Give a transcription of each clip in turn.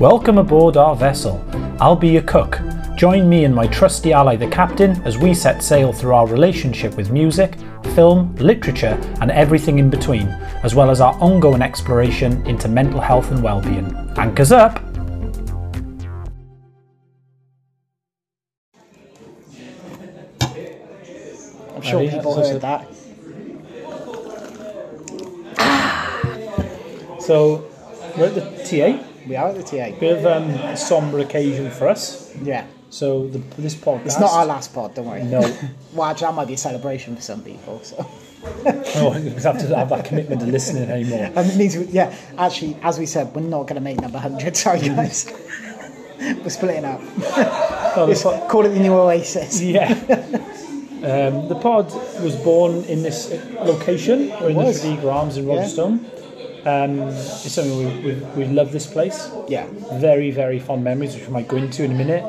Welcome aboard our vessel. I'll be your cook. Join me and my trusty ally, the captain, as we set sail through our relationship with music, film, literature, and everything in between, as well as our ongoing exploration into mental health and well-being. Anchors up! I'm sure yeah, people so- so- heard that. So we're at the TA. We are at the TA. Bit of um, a somber occasion for us. Yeah. So the, this podcast. It's not our last pod, don't worry. No. Well, actually, that might be a celebration for some people. So, No, we have to have that commitment to listening anymore. and it means, we- yeah, actually, as we said, we're not going to make number 100. Sorry, Mm. guys. we're splitting up. No, the It's, po- call it the new Oasis. yeah. Um, the pod was born in this location. We're in the was. Tredegar Arms in Yeah. Rogerstone. Um, it's something we, we, we love this place. Yeah. Very, very fond memories, which we might go into in a minute.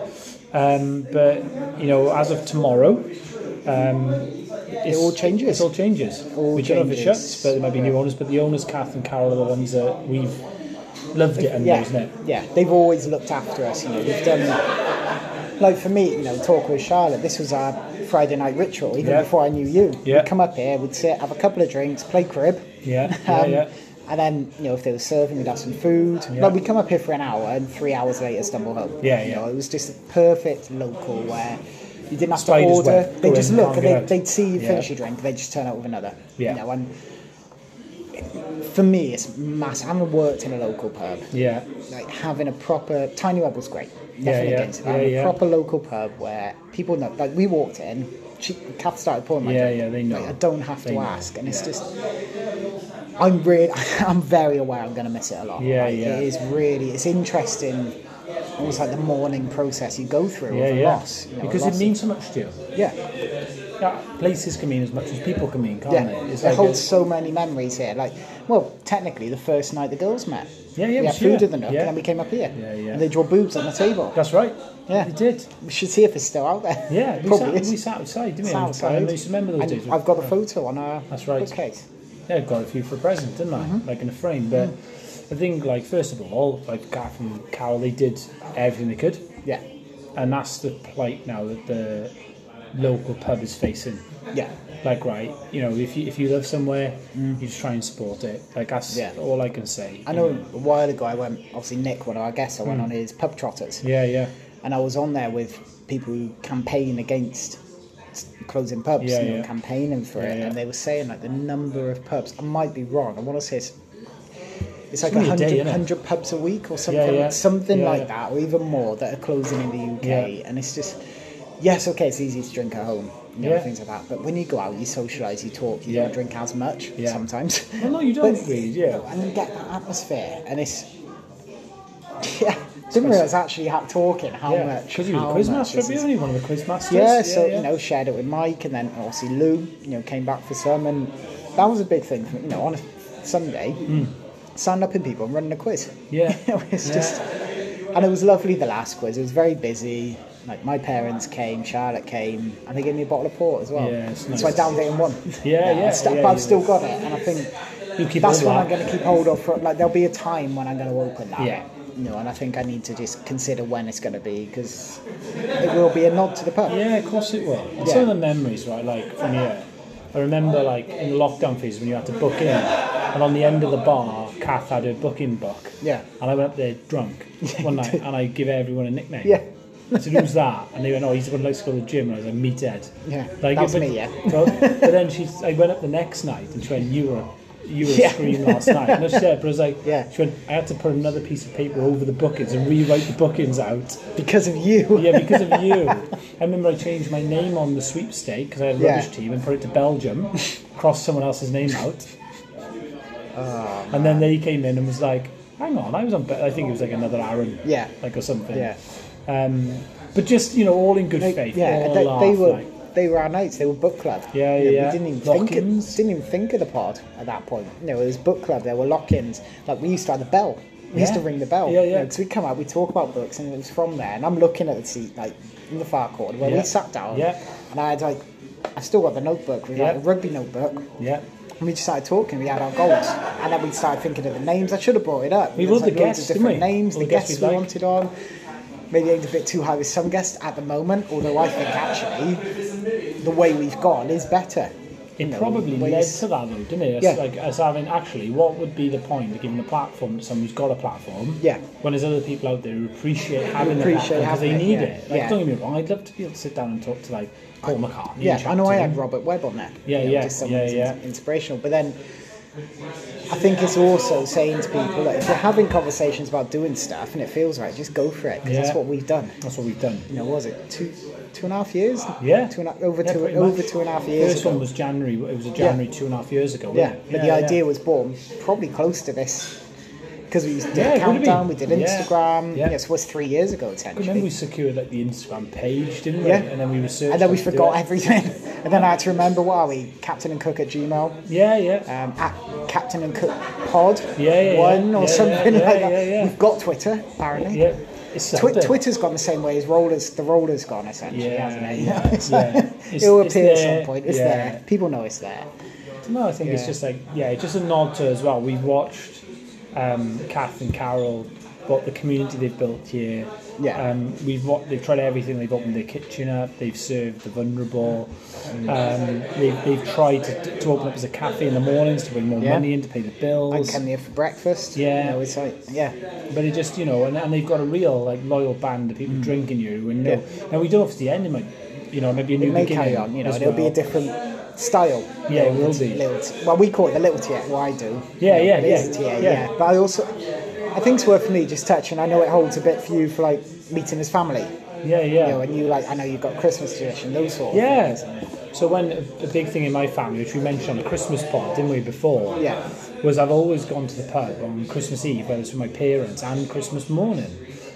Um, but, you know, as of tomorrow, um, It all changes. It all changes. all we don't know if it changes. shuts, but there might be new owners. But the owners, Kath and Carol, are the ones that we've loved it under, isn't Yeah. it? Yeah. They've always looked after us. You know, we've done. Like for me, you know, talk with Charlotte. This was our Friday night ritual, even Yeah. before I knew you. Yeah. We'd come up here, we'd sit, have a couple of drinks, play crib, Yeah, yeah, Um, yeah. And then, you know, if they were serving, we'd have some food. Yeah. Like, we'd come up here for an hour and three hours later stumble home. Yeah, You yeah. know, it was just a perfect local where you didn't have Spiders to order. web. They Go just in, look can't and get they, out. they'd see you Yeah. finish your drink, they'd just turn out with another. Yeah. You know, and for me, it's massive. I haven't worked in a local pub. Yeah, Like, having a proper. Tiny Web was great. Nothing Yeah, yeah, against it. yeah, Having yeah. a proper local pub where people know. Like, we walked in, she, Kath started pouring my Yeah, drink. yeah, they know. Like, I don't have They to know. ask. And it's Yeah. just. I'm really, I'm very aware I'm going to miss it a lot. Yeah, Like, yeah. It is really, it's interesting. Almost like the mourning process you go through yeah, of a yeah. loss. you know, a because loss it means so much to you. of, yeah, Yeah, places can mean as much as people can mean, can't yeah. they? It Oh, It's like holds a- so many memories here. Like, well, technically, the first night the girls met. Yeah, yeah, We it had was food here. at the nook, Yeah. and then we came up here. Yeah, yeah. And they draw boobs on the table. that's right. Yeah. They did. We should see if it's still out there. Yeah, we probably. sat, is. we sat outside, didn't It's we? outside. I used to remember those And days. I've got a photo on our That's right. bookcase. Yeah, I got a few for a present, didn't I? Mm-hmm. Like in a frame. But I think, like, first of all, like Gaff and Carol, they did everything they could. Yeah, And that's the plight now that the local pub is facing. yeah, Like, right, you know, if you, if you live somewhere, you just try and support it. Like, that's Mm. Yeah. all I can say. I know a while ago I went, obviously Nick, one of our guests, I went Hmm. on his pub trotters. Yeah, yeah. and I was on there with people who campaign against s- closing pubs, Yeah, you know, yeah. campaigning for Yeah, it, yeah. and they were saying like the number of pubs. I might be wrong. I want to say it's, it's like only a 100, day, innit? 100 pubs a week or something, yeah. something Yeah, like yeah. that, or even more that are closing in the UK. Yeah. And it's just yes, okay, it's easy to drink at home. You know, Yeah. things like that. But when you go out, you socialise, you talk, you Yeah. don't drink as much Yeah. sometimes. Well, no, you don't But- really, yeah. And you get that atmosphere, and it's yeah, didn't realise actually how talking how yeah. much. Because you how were the quizmaster, much master, this is- you one of the quiz masters. Yeah, so you know, shared it with Mike, and then obviously Lou, you know, came back for some, and that was a big thing. For, me, you know, on a Sunday, stand up in people and running a quiz. Mm. Yeah. You know, it's Yeah. just, and it was lovely. The last quiz, it was very busy. Like my parents came, Charlotte came, and they gave me a bottle of port as well. Yeah, it's So I nice. downed it in one. Yeah, I yeah, st- yeah, but I've yeah. still got it, and I think You keep that's all what I'm that. going to keep hold of. For, like, there'll be a time when I'm going to open that. Yeah. You know, and I think I need to just consider when it's going to be because it will be a nod to the pub. Yeah, of course it will. And Yeah. Some of the memories, right, like from here. I remember, like, in the lockdown phase when you had to book in, and on the end of the bar, Kath had her booking book. Yeah. And I went up there drunk one night, and I give everyone a nickname. Yeah. I said, who's that? And they went, oh, he's the one who likes to go to the gym. And I was like, meathead. Yeah, that's but, me, yeah. Well, but then she, I went up the next night, and she went, you were, you were Yeah. screaming last night. And I said, but I was like, Yeah. she went, I had to put another piece of paper over the bookings and rewrite the bookings out. Because of you. Yeah, because of you. I remember I changed my name on the sweepstake because I had a Yeah. rubbish team and put it to Belgium, crossed someone else's name out. Oh, and then they came in and was like, hang on, I was on, Be- I think it was like another Aaron. Yeah. Like or something. Yeah. Um, but just, you know, all in good They- faith. yeah, all they, laugh, they were like, they were our mates. They were book club. Yeah, You know, yeah, We didn't even think lock-ins. of, didn't even think of the pod at that point. You know, it was book club. There were lock-ins. Like we used to have the bell. We used to Yeah. ring the bell. Yeah, yeah. Because we'd come out, we'd talk about books, and it was from there. And I'm looking at the seat, like in the far corner where Yeah. we sat down. Yeah. And I had like, I still got the notebook. We had Yeah. like a rugby notebook. yeah. And we just started talking. We had our goals, and then we started thinking of the names. I should have brought it up. We There's, wrote the like, loads guests, of didn't different we? names, All the the guests guests we we liked. wanted on. Maybe aimed a bit too high with some guests at the moment. Although I think actually, the way we've gone is better. It You know, probably ways- led to that though, didn't it? As, Yeah. Like as having actually, what would be the point of giving a platform to someone who's got a platform? Yeah. When there's other people out there who appreciate having the platform appreciate because they having it, need yeah. it. Like Yeah. Oh, don't get me wrong, I'd love to be able to sit down and talk to like Paul McCartney. and Yeah, chat I know to I him. had Robert Webb on there. Yeah, you know, yeah, just someone yeah, who's yeah. ins- inspirational. But then I think it's also saying to people that if you're having conversations about doing stuff and it feels right, just go for it because Yeah. that's what we've done. That's what we've done. You know, what was it two, two and a half years? Yeah. two and a, over Yeah, two, pretty over much. two and a half The years. first ago. one was January. It was a January two and a half years ago. yeah, wasn't it? but the idea was born probably close to this because we did Yeah, it a would've countdown, we been. did Yeah. Instagram. Yeah. Yeah. it was three years ago And then we essentially. secured like the Instagram page, didn't we? Yeah. And then we researched. And then we how to do forgot it. everything. And then I had to remember, what are we? Captain and Cook at Gmail. Yeah, yeah. um, at Captain and Cook Pod Yeah, yeah, One yeah. or Yeah, something yeah, like yeah, that. yeah, yeah. We've got Twitter apparently. yeah. It's out Twi- there. Twitter's gone the same way as rollers. The rollers gone essentially, Yeah, hasn't it? yeah, It's yeah. like- It's- it will it's appear at there, some point. It's yeah. there. People know it's there. No, I think it's Yeah. just like yeah, it's just a nod to as well. We watched um, Kath and Carol, what the community they've built here. Yeah. Um, we've what they've tried everything. They've opened their kitchen up. They've served the vulnerable. Mm. Um, they've, they've tried to, to open up as a cafe in the mornings to bring more Yeah. money in to pay the Like bills. come here for breakfast. Yeah. You know, it's like yeah. But it just you know, and, and they've got a real like loyal band of people drinking you. And know, Mm. Yeah. now we don't know if it's the end. It might, you know, maybe a new It may beginning. carry on. You know, as there'll be well. a different style. Yeah, it Little- will be. Little t- well, we call it the little tier. Well, I do. Yeah, You know, yeah, it is yeah, a tier, yeah. yeah. But I also, I think it's worth for me just touching. I know it holds a bit for you for like meeting his family. Yeah, yeah. you know, and you like, I know you've got Christmas tradition, those sort of Yeah. things. So when a big thing in my family, which we mentioned on the Christmas pod, didn't we before? Yeah. Was I've always gone to the pub on Christmas Eve, whether it's with my parents and Christmas morning.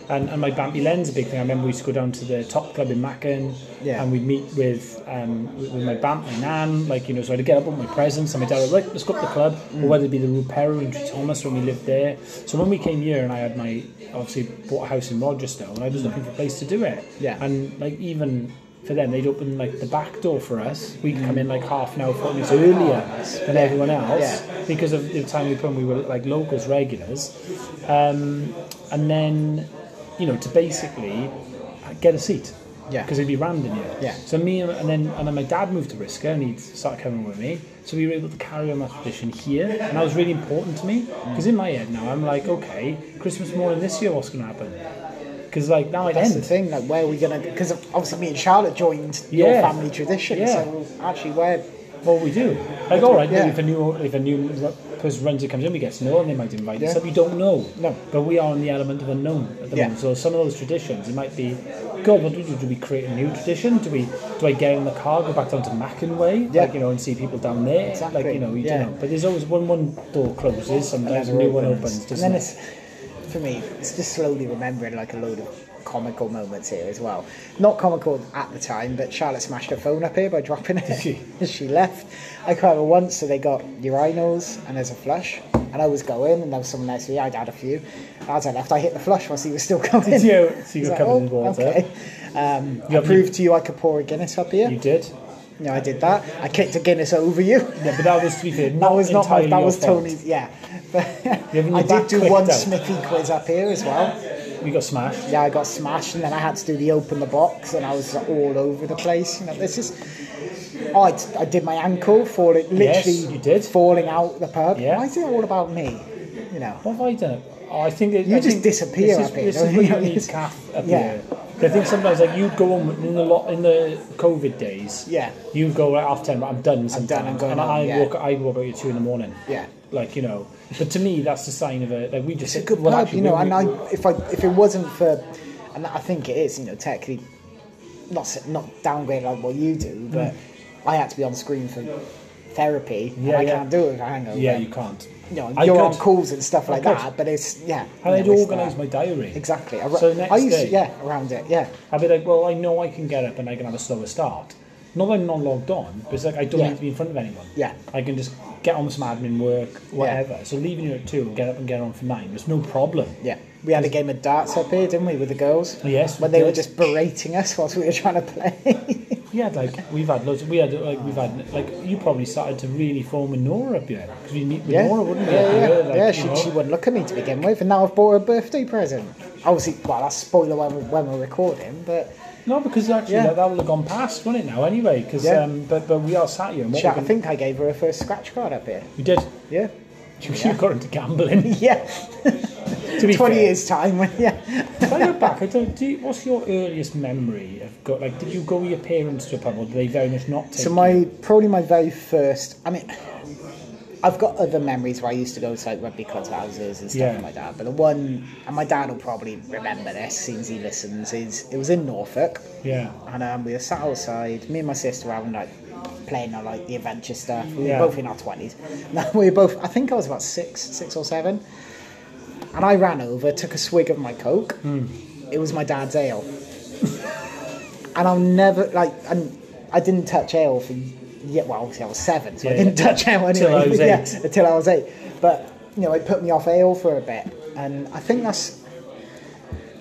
And, and my Bampy Len's a big thing. I remember we used to go down to the top club in Macken Yeah. and we'd meet with um, with with my Bamp, my Nan, like, you know, so I'd get up with my presents and my dad would like, let's go up to the club, Mm. or whether it be the Rupero in Tree Thomas when we lived there. So when we came here and I had my, obviously bought a house in Rochester and I was looking for a place to do it. Yeah. And like even for them, they'd open like the back door for us. We'd come in like half an hour, forty minutes earlier than everyone else Yeah. because of the time we put. in, We were like locals, regulars, um, and then you know to basically get a seat. Yeah. Because it'd be random, yeah. Yeah. So me and and then and then my dad moved to Risker and he started coming with me. So we were able to carry on that tradition here, and that was really important to me because in my head now I'm like, okay, Christmas morning this year, what's going to happen? Because like now it That's the ends. thing, like, where are we going to, because obviously me and Charlotte joined Yeah. your family tradition, Yeah. so actually where, Well, we do. Like, all right, Yeah. if a new if a new r- person runs it comes in, we get to know, and they might invite us Yeah. up. You don't know. No. But we are in the element of unknown at the Yeah. moment. So some of those traditions, it might be, God, what do we do? Do we create a new tradition? Do we do I get in the car, go back down to Mackin Way, Yeah. like you know, and see people down there, Exactly. like you know, you Yeah. don't know. But there's always when one door closes, sometimes a Another new one opens. opens. and Doesn't then it? it's, for me, it's just slowly remembering like a load of comical moments here as well. Not comical at the time, but Charlotte smashed her phone up here by dropping it. she? she left. I caught her once, so they got urinals and there's a flush. And I was going, and there was someone next to me. I'd had a few. As I left, I hit the flush once he was still going. Did you? So you got It's like, covered in "Oh, water. Okay. Um, You I have- proved to you I could pour a Guinness up here. You did. no, I did that. I kicked a Guinness over you. Yeah, but that was to be fair. That was not my, entirely that your was fault. Tony's. Yeah, but having your I back did do clicked one out. Smithy quiz up here as well. You got smashed. Yeah, I got smashed, and then I had to do the open the box, and I was all over the place. You know, it's just. Oh, I, d- I did my ankle falling, Yes, literally you did. falling out the pub. Yeah. Why is it all about me? You know. What have I done? Oh, I think that, You I just think disappear This is, up here, this don't is where you? you need Kath up Yeah. here. I think sometimes like you'd go on in the lot in the COVID days. Yeah. You'd go right after ten. I'm done. Sometimes, I'm going and home, I yeah. walk. I walk out at two in the morning. Yeah. Like you know, but to me that's the sign of a like we just It's a good well, pub, actually, you know. we- And I, if I, if it wasn't for, and I think it is, you know, technically, not s- not downgrade like what you Mm. do, but I had to be on screen for therapy. and Yeah, I yeah. can't do it if I hangover. yeah, you can't. you know, I you're could. on calls and stuff like could. that. But it's yeah. And I'd you know, it's organise that. my diary. exactly. I, So the next I used day- to, yeah around it. Yeah, I'd be like, well, I know I can get up and I can have a slower start. Not that I'm not logged on, but it's like I don't Yeah. need to be in front of anyone. Yeah. I can just get on with some admin work, whatever. So leaving you at two and get up and get on for nine was no problem. yeah. We had a game of darts up here, didn't we, with the girls? Yes, we When they were did. just berating us whilst we were trying to play. We had like we've had loads. We had like we've had like you probably started to really form a Nora up here because we meet with Yeah, Nora, wouldn't we? yeah, every yeah. year, like, yeah you she, know? she wouldn't look at me to begin with, and now I've bought her a birthday present. Obviously, well, that's a spoiler when we're, when we're recording, but No, because actually Yeah. that, that will have gone past, wouldn't it? Now anyway, because Yeah. um, but but we are sat here. And what she, we're I gonna- think I gave her her first scratch card up here. we did. Yeah, You got into gambling. yeah. to be Twenty fair. years time, when yeah. If I look back, I don't. Do you, what's your earliest memory of go, like? Did you go with your parents to a pub, or did they very much not take? So you? my probably my very first. I mean, I've got other memories where I used to go to like rugby club houses and stuff Yeah. with my dad. But the one, and my dad will probably remember this, seeing as he listens, is it was in Norfolk, yeah, and um, we were sat outside. Me and my sister were having like playing on like the adventure stuff. We were Yeah. both in our twenties. We were both. I think I was about six, six or seven, and I ran over, took a swig of my coke. Hmm. It was my dad's ale and I'll never like and I didn't touch ale for yeah well obviously I was seven so I Yeah, didn't yeah. touch ale anyway Till I was yeah, eight. until I was eight but you know it put me off ale for a bit and I think that's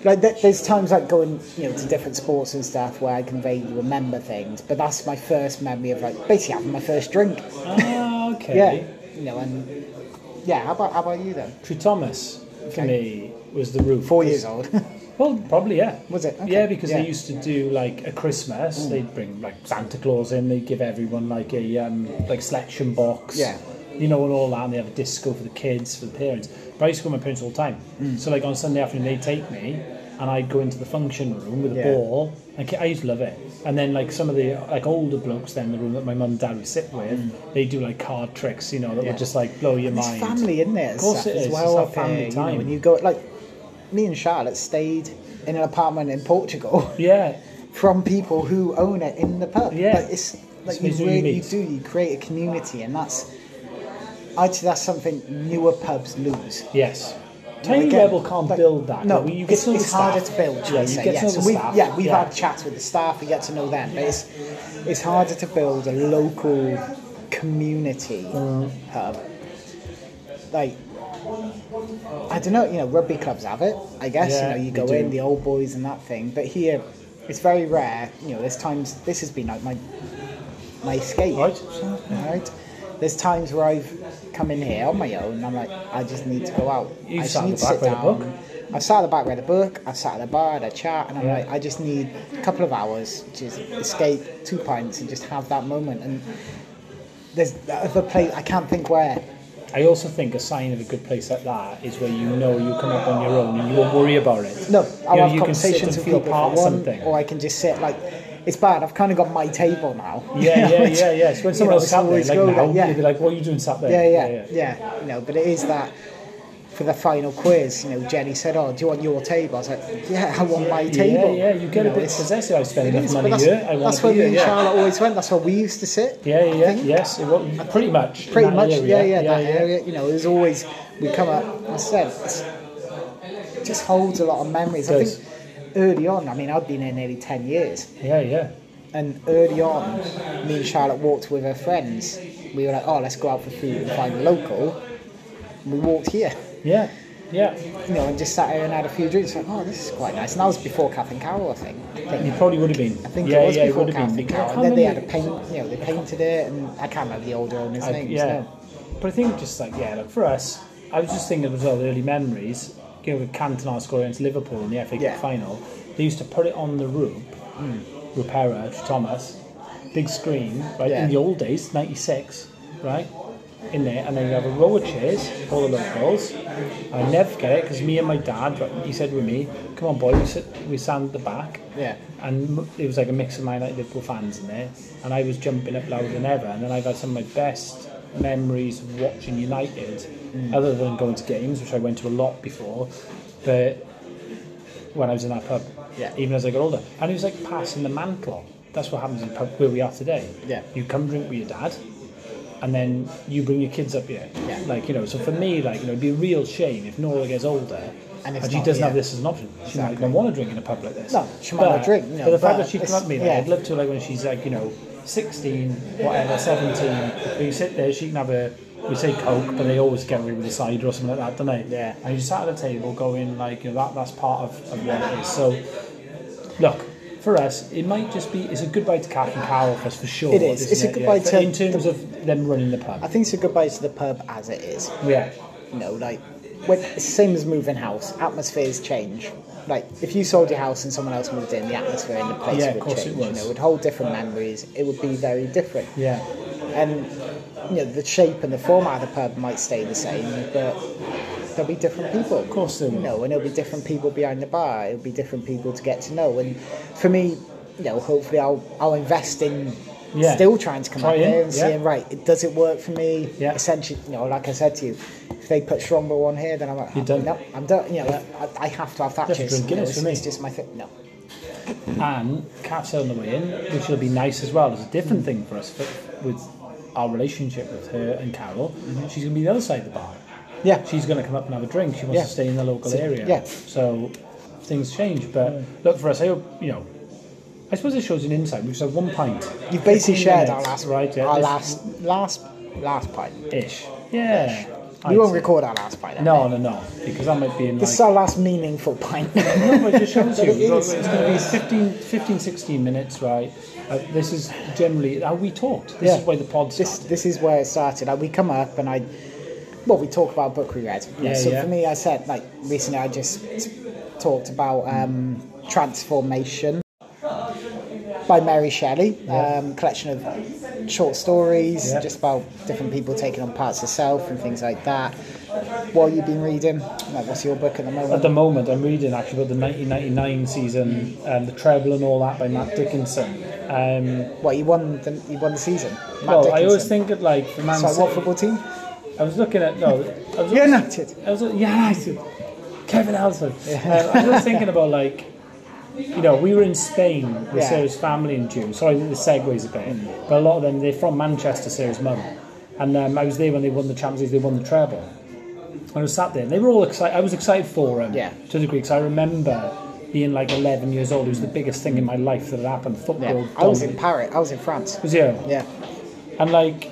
like there- there's times like going you know to different sports and stuff where I can vaguely remember things but that's my first memory of like basically having my first drink ah, okay. yeah you know and yeah how about how about you then True Thomas for Okay. me was the roof. four years old Well, probably yeah. Was it? Okay. Yeah, because Yeah. Mm. they used to do like a Christmas. They'd bring like Santa Claus in. They'd give everyone like a um, like selection box. Yeah. You know, and all that, and they have a disco for the kids, for the parents. But I used to go with my parents all the time. Mm. So, like on Sunday afternoon, they'd take me, and I'd go into the function room with a Yeah. ball. And ki- I used to love it. And then, like some of the like older blokes, then in the room that my mum and dad would sit with, they do like card tricks, you know, that Mm. Yeah. would just like blow your It's mind. family, isn't it? Of course Seth, it As is. well, It's our family you time. Know, when you go, like, me and Charlotte stayed in an apartment in Portugal Yeah, from people who own it in the pub. Yeah. Like, it's like It's you who you really meet. do. You create a community, and that's actually that's something newer pubs lose. Yes. Tiny Again, Rebel can't like, build that. No, but you get it's, to know the it's harder staff. to build. should Yeah, I you say, get yeah. to know So the we've, staff. yeah, we've yeah. had chats with the staff. We get to know them, but it's it's harder to build a local community Mm-hmm. hub. Like I don't know, you know, rugby clubs have it. I guess Yeah, you know you they go do. in the old boys and that thing, but here it's very rare. You know, there's times this has been like my my escape. Right. Right? There's times where I've come in here on my own and I'm like, I just need to go out. You I just sat at need the back, read a book. I've sat at the back, read a book. I've sat at the bar, had a chat, and I'm Yeah. like, I just need a couple of hours to just escape two pints and just have that moment. And there's that other place, I can't think where. I also think a sign of a good place like that is where you know you come up on your own and you won't worry about it. No, You I'll know, have you can sit and conversations with feel people part of if I want, something. or I can just sit like. It's bad. I've kind of got my table now. You yeah, know, yeah, it's- yeah, yeah. So when you someone know, else it's sat there, always like go now, there, yeah. you'd be like, "What are you doing sat there?" Yeah, yeah, yeah. No, but it is that for the final quiz. You know, Jenny said, "Oh, do you want your table?" I was like, "Yeah, I want my table." Yeah, yeah. You get know, a bit it's- possessive. I spend it enough is, but money that's, here. I want that's to where be me and here. yeah. Charlotte always went. That's where we used to sit. Yeah, I yeah, think. Uh, yes. It was, pretty much. in Pretty that much. area. Yeah, yeah. That area. You know, there's always we come up. I said, it's, it just holds a lot of memories. I Does. think early on. I mean, I've been here nearly ten years. Yeah, yeah. And early on, me and Charlotte walked with her friends. We were like, oh, let's go out for food and find a local. And we walked here, Yeah, yeah. you know, and just sat here and had a few drinks. Like, oh, this is quite nice. And that was before Kath and Carol, I think. I You think, probably would have been. I think yeah, it was yeah, before would Kath have and been. Carol. I And then can't they had a remember- paint, you know, they painted it, and I can't remember the older owner's I- names. yeah. No. But I think just like yeah, look for us. I was just thinking as well early memories. You know, with Cantona scoring against Liverpool in the FA Yeah. Hmm. Cup final, they used to put it on the roof, Rupera to Thomas, big screen. Right Yeah. in the old days, '96, right in there, and then you have a row of chairs, all the locals. I never forget it because me and my dad, right, he said with me, "Come on, boy, we sit, we stand at the back." Yeah. and m- it was like a mix of my like Liverpool fans in there, and I was jumping up louder than ever. And then I've had some of my best memories of watching United, Mm. other than going to games, which I went to a lot before, but when I was in that pub, Yeah. even as I got older, and it was like passing the mantle. That's what happens in pub where we are today. Yeah. you come drink with your dad. And then you bring your kids up here, Yeah. like you know. So for me, like you know, it'd be a real shame if Nora gets older And and, it's she not, doesn't yeah. have this as an option. She might not want to drink in a pub like this. No, she might not drink, no, but the fact but that she can it's- up me, like, yeah. I'd love to, like, when she's like, you know, 16, whatever, 17, we sit there, she can have a, we say Coke, but they always get away with a cider or something like that, don't they? Yeah. And you sat at a table going, like, you know, that, that's part of, of what it is. So, look, for us, it might just be it's a goodbye to Captain Carol for us for sure. It isn't is. It's a it? goodbye yeah. But to in terms the- of them running the pub. I think it's a goodbye to the pub as it is. yeah, You know, like, when, it's the same as moving house, atmospheres change. Like, if you sold your house and someone else moved in, the atmosphere in the place Yeah, of would course it change. You was. know, it would hold different memories. It would be very different. yeah, And, you know, the shape and the format of the pub might stay the same, but there'll be different people. Of course there will. You know, and there'll be different people behind the bar. It'll be different people to get to know. And for me, you know, hopefully I'll, I'll invest in Yeah. still trying to come Try out in, there and yeah. seeing, right, it- does it work for me? Yeah. Essentially, you know, like I said to you, if they put Strongbow on here, then I'm like, You're done. No, I'm done. You know, I, I have to have that. That's juice. drink You know, Guinness it's, for me. it's just my thing. No. and Cat's on the way in, which will be nice as well. It's a different thing for us for, with our relationship with her and Carol. Mm-hmm. She's going to be the other side of the bar. Yeah. she's going to come up and have a drink. She wants Yeah. to stay in the local So- area. yeah. So things change. But look for us. I hope you know. I suppose it shows an insight. We've just had one pint. You've 15 basically shared our minutes, last, right? Yeah, our this- last, last, last pint. ish. Yeah. We I'd won't say. record our last pint. No, no, no. Because that might be in This is like. our last meaningful pint. No, but it just shows you. But it It's is. uh, going to be 15, 15, 16 minutes, right? Uh, this is generally how we talked. This Yeah. is why the pod this started. this is where it started. Like we come up and I, well, we talk about book we read. Yeah, so yeah. for me, I said like recently I just talked about um, transformation by Mary Shelley, um, collection of short stories Yeah. just about different people taking on parts of self and things like that. What you've been reading? Like, what's your book at the moment? At the moment, I'm reading actually about the 1999 season, um, The Treble and all that by Matt Dickinson. Um, what you won? The, you won the season. Matt well, I always Dickinson. think of like the man. So, like, what City- football team? I was looking at no. I was United. I was yeah, United. Kevin Alford. Um, I was just thinking about like, you know, we were in Spain with Yeah. Sarah's family in June. Sorry, the segues a bit, but a lot of them they're from Manchester. Sarah's mum, and um, I was there when they won the Champions League. They won the treble. I was sat there, and they were all excited. I was excited for them Yeah. to a degree because I remember being like 11 years old. It was the biggest thing in my life that had happened. Yeah. Football. I was in dominated. Paris. I was in France. Was you? Yeah. and like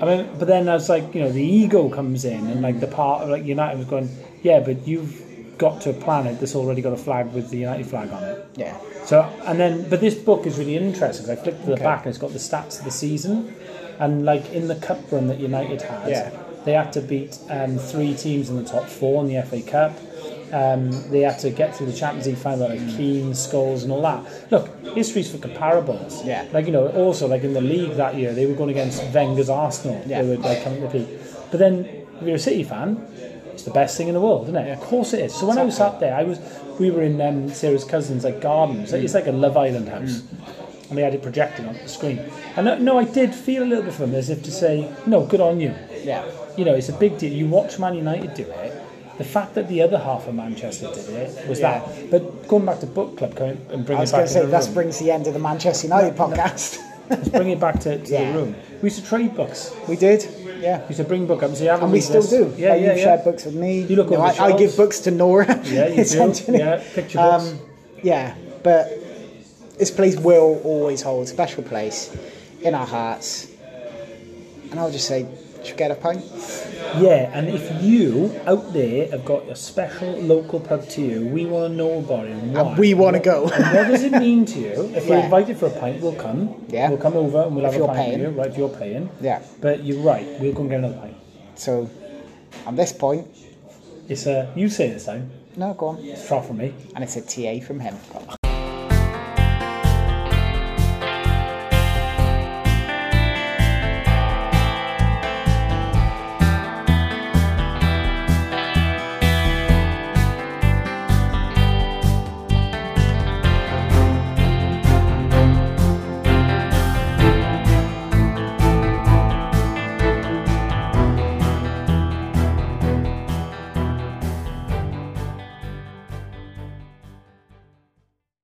I mean, but then I was like, you know, the ego comes in, and like the part of like United was going, yeah, but you've got to a planet that's already got a flag with the United flag on it. Yeah. So and then, but this book is really interesting. 'cause I flicked to the back, and it's got the stats of the season, and like in the cup run that United had, Yeah. they had to beat um, three teams in the top four in the FA Cup. Um, they had to get through the Champions League final, like Keane, Scholes, and all that. Look, history's for comparables. Yeah. Like you know, also like in the league that year, they were going against Wenger's Arsenal. Yeah. They were like coming to peak. But then, if you're a City fan, it's the best thing in the world, isn't it? Of course it is. So when I was sat there, I was we were in um, Sarah's cousin's like garden. So Mm. It's like a Love Island house, and they had it projected on the screen. And no, no, I did feel a little bit from as if to say, no, good on you. Yeah. You know, it's a big deal. You watch Man United do it. The fact that the other half of Manchester did it was Yeah. that. But going back to book club coming and bringing I was it back going to say the that room. brings the end of the Manchester United podcast. Let's bring it back to, to Yeah. the room. We used to trade books. we did, yeah, We used to bring book up and say, "Haven't and we read still this?" do. Yeah, Like, yeah, you've yeah. shared books with me. You look You know, over I, the I give shelves. books to Nora. Yeah, you do. essentially. Yeah, picture books. Um, yeah, but this place will always hold a special place in our hearts. And I'll just say, should we get a pint? yeah, and if you out there have got a special local pub to you, we want to know about it. And why. And we want to go. And what does it mean to you? If we're Yeah. invited for a pint, we'll come. Yeah. We'll come over and we'll If have a you're pint paying. with you, right? If you're paying. Yeah. But you're right. We'll go and get another pint. so, at this point, It's a you say this time. no, go on. It's far from me. And it's a TA from him.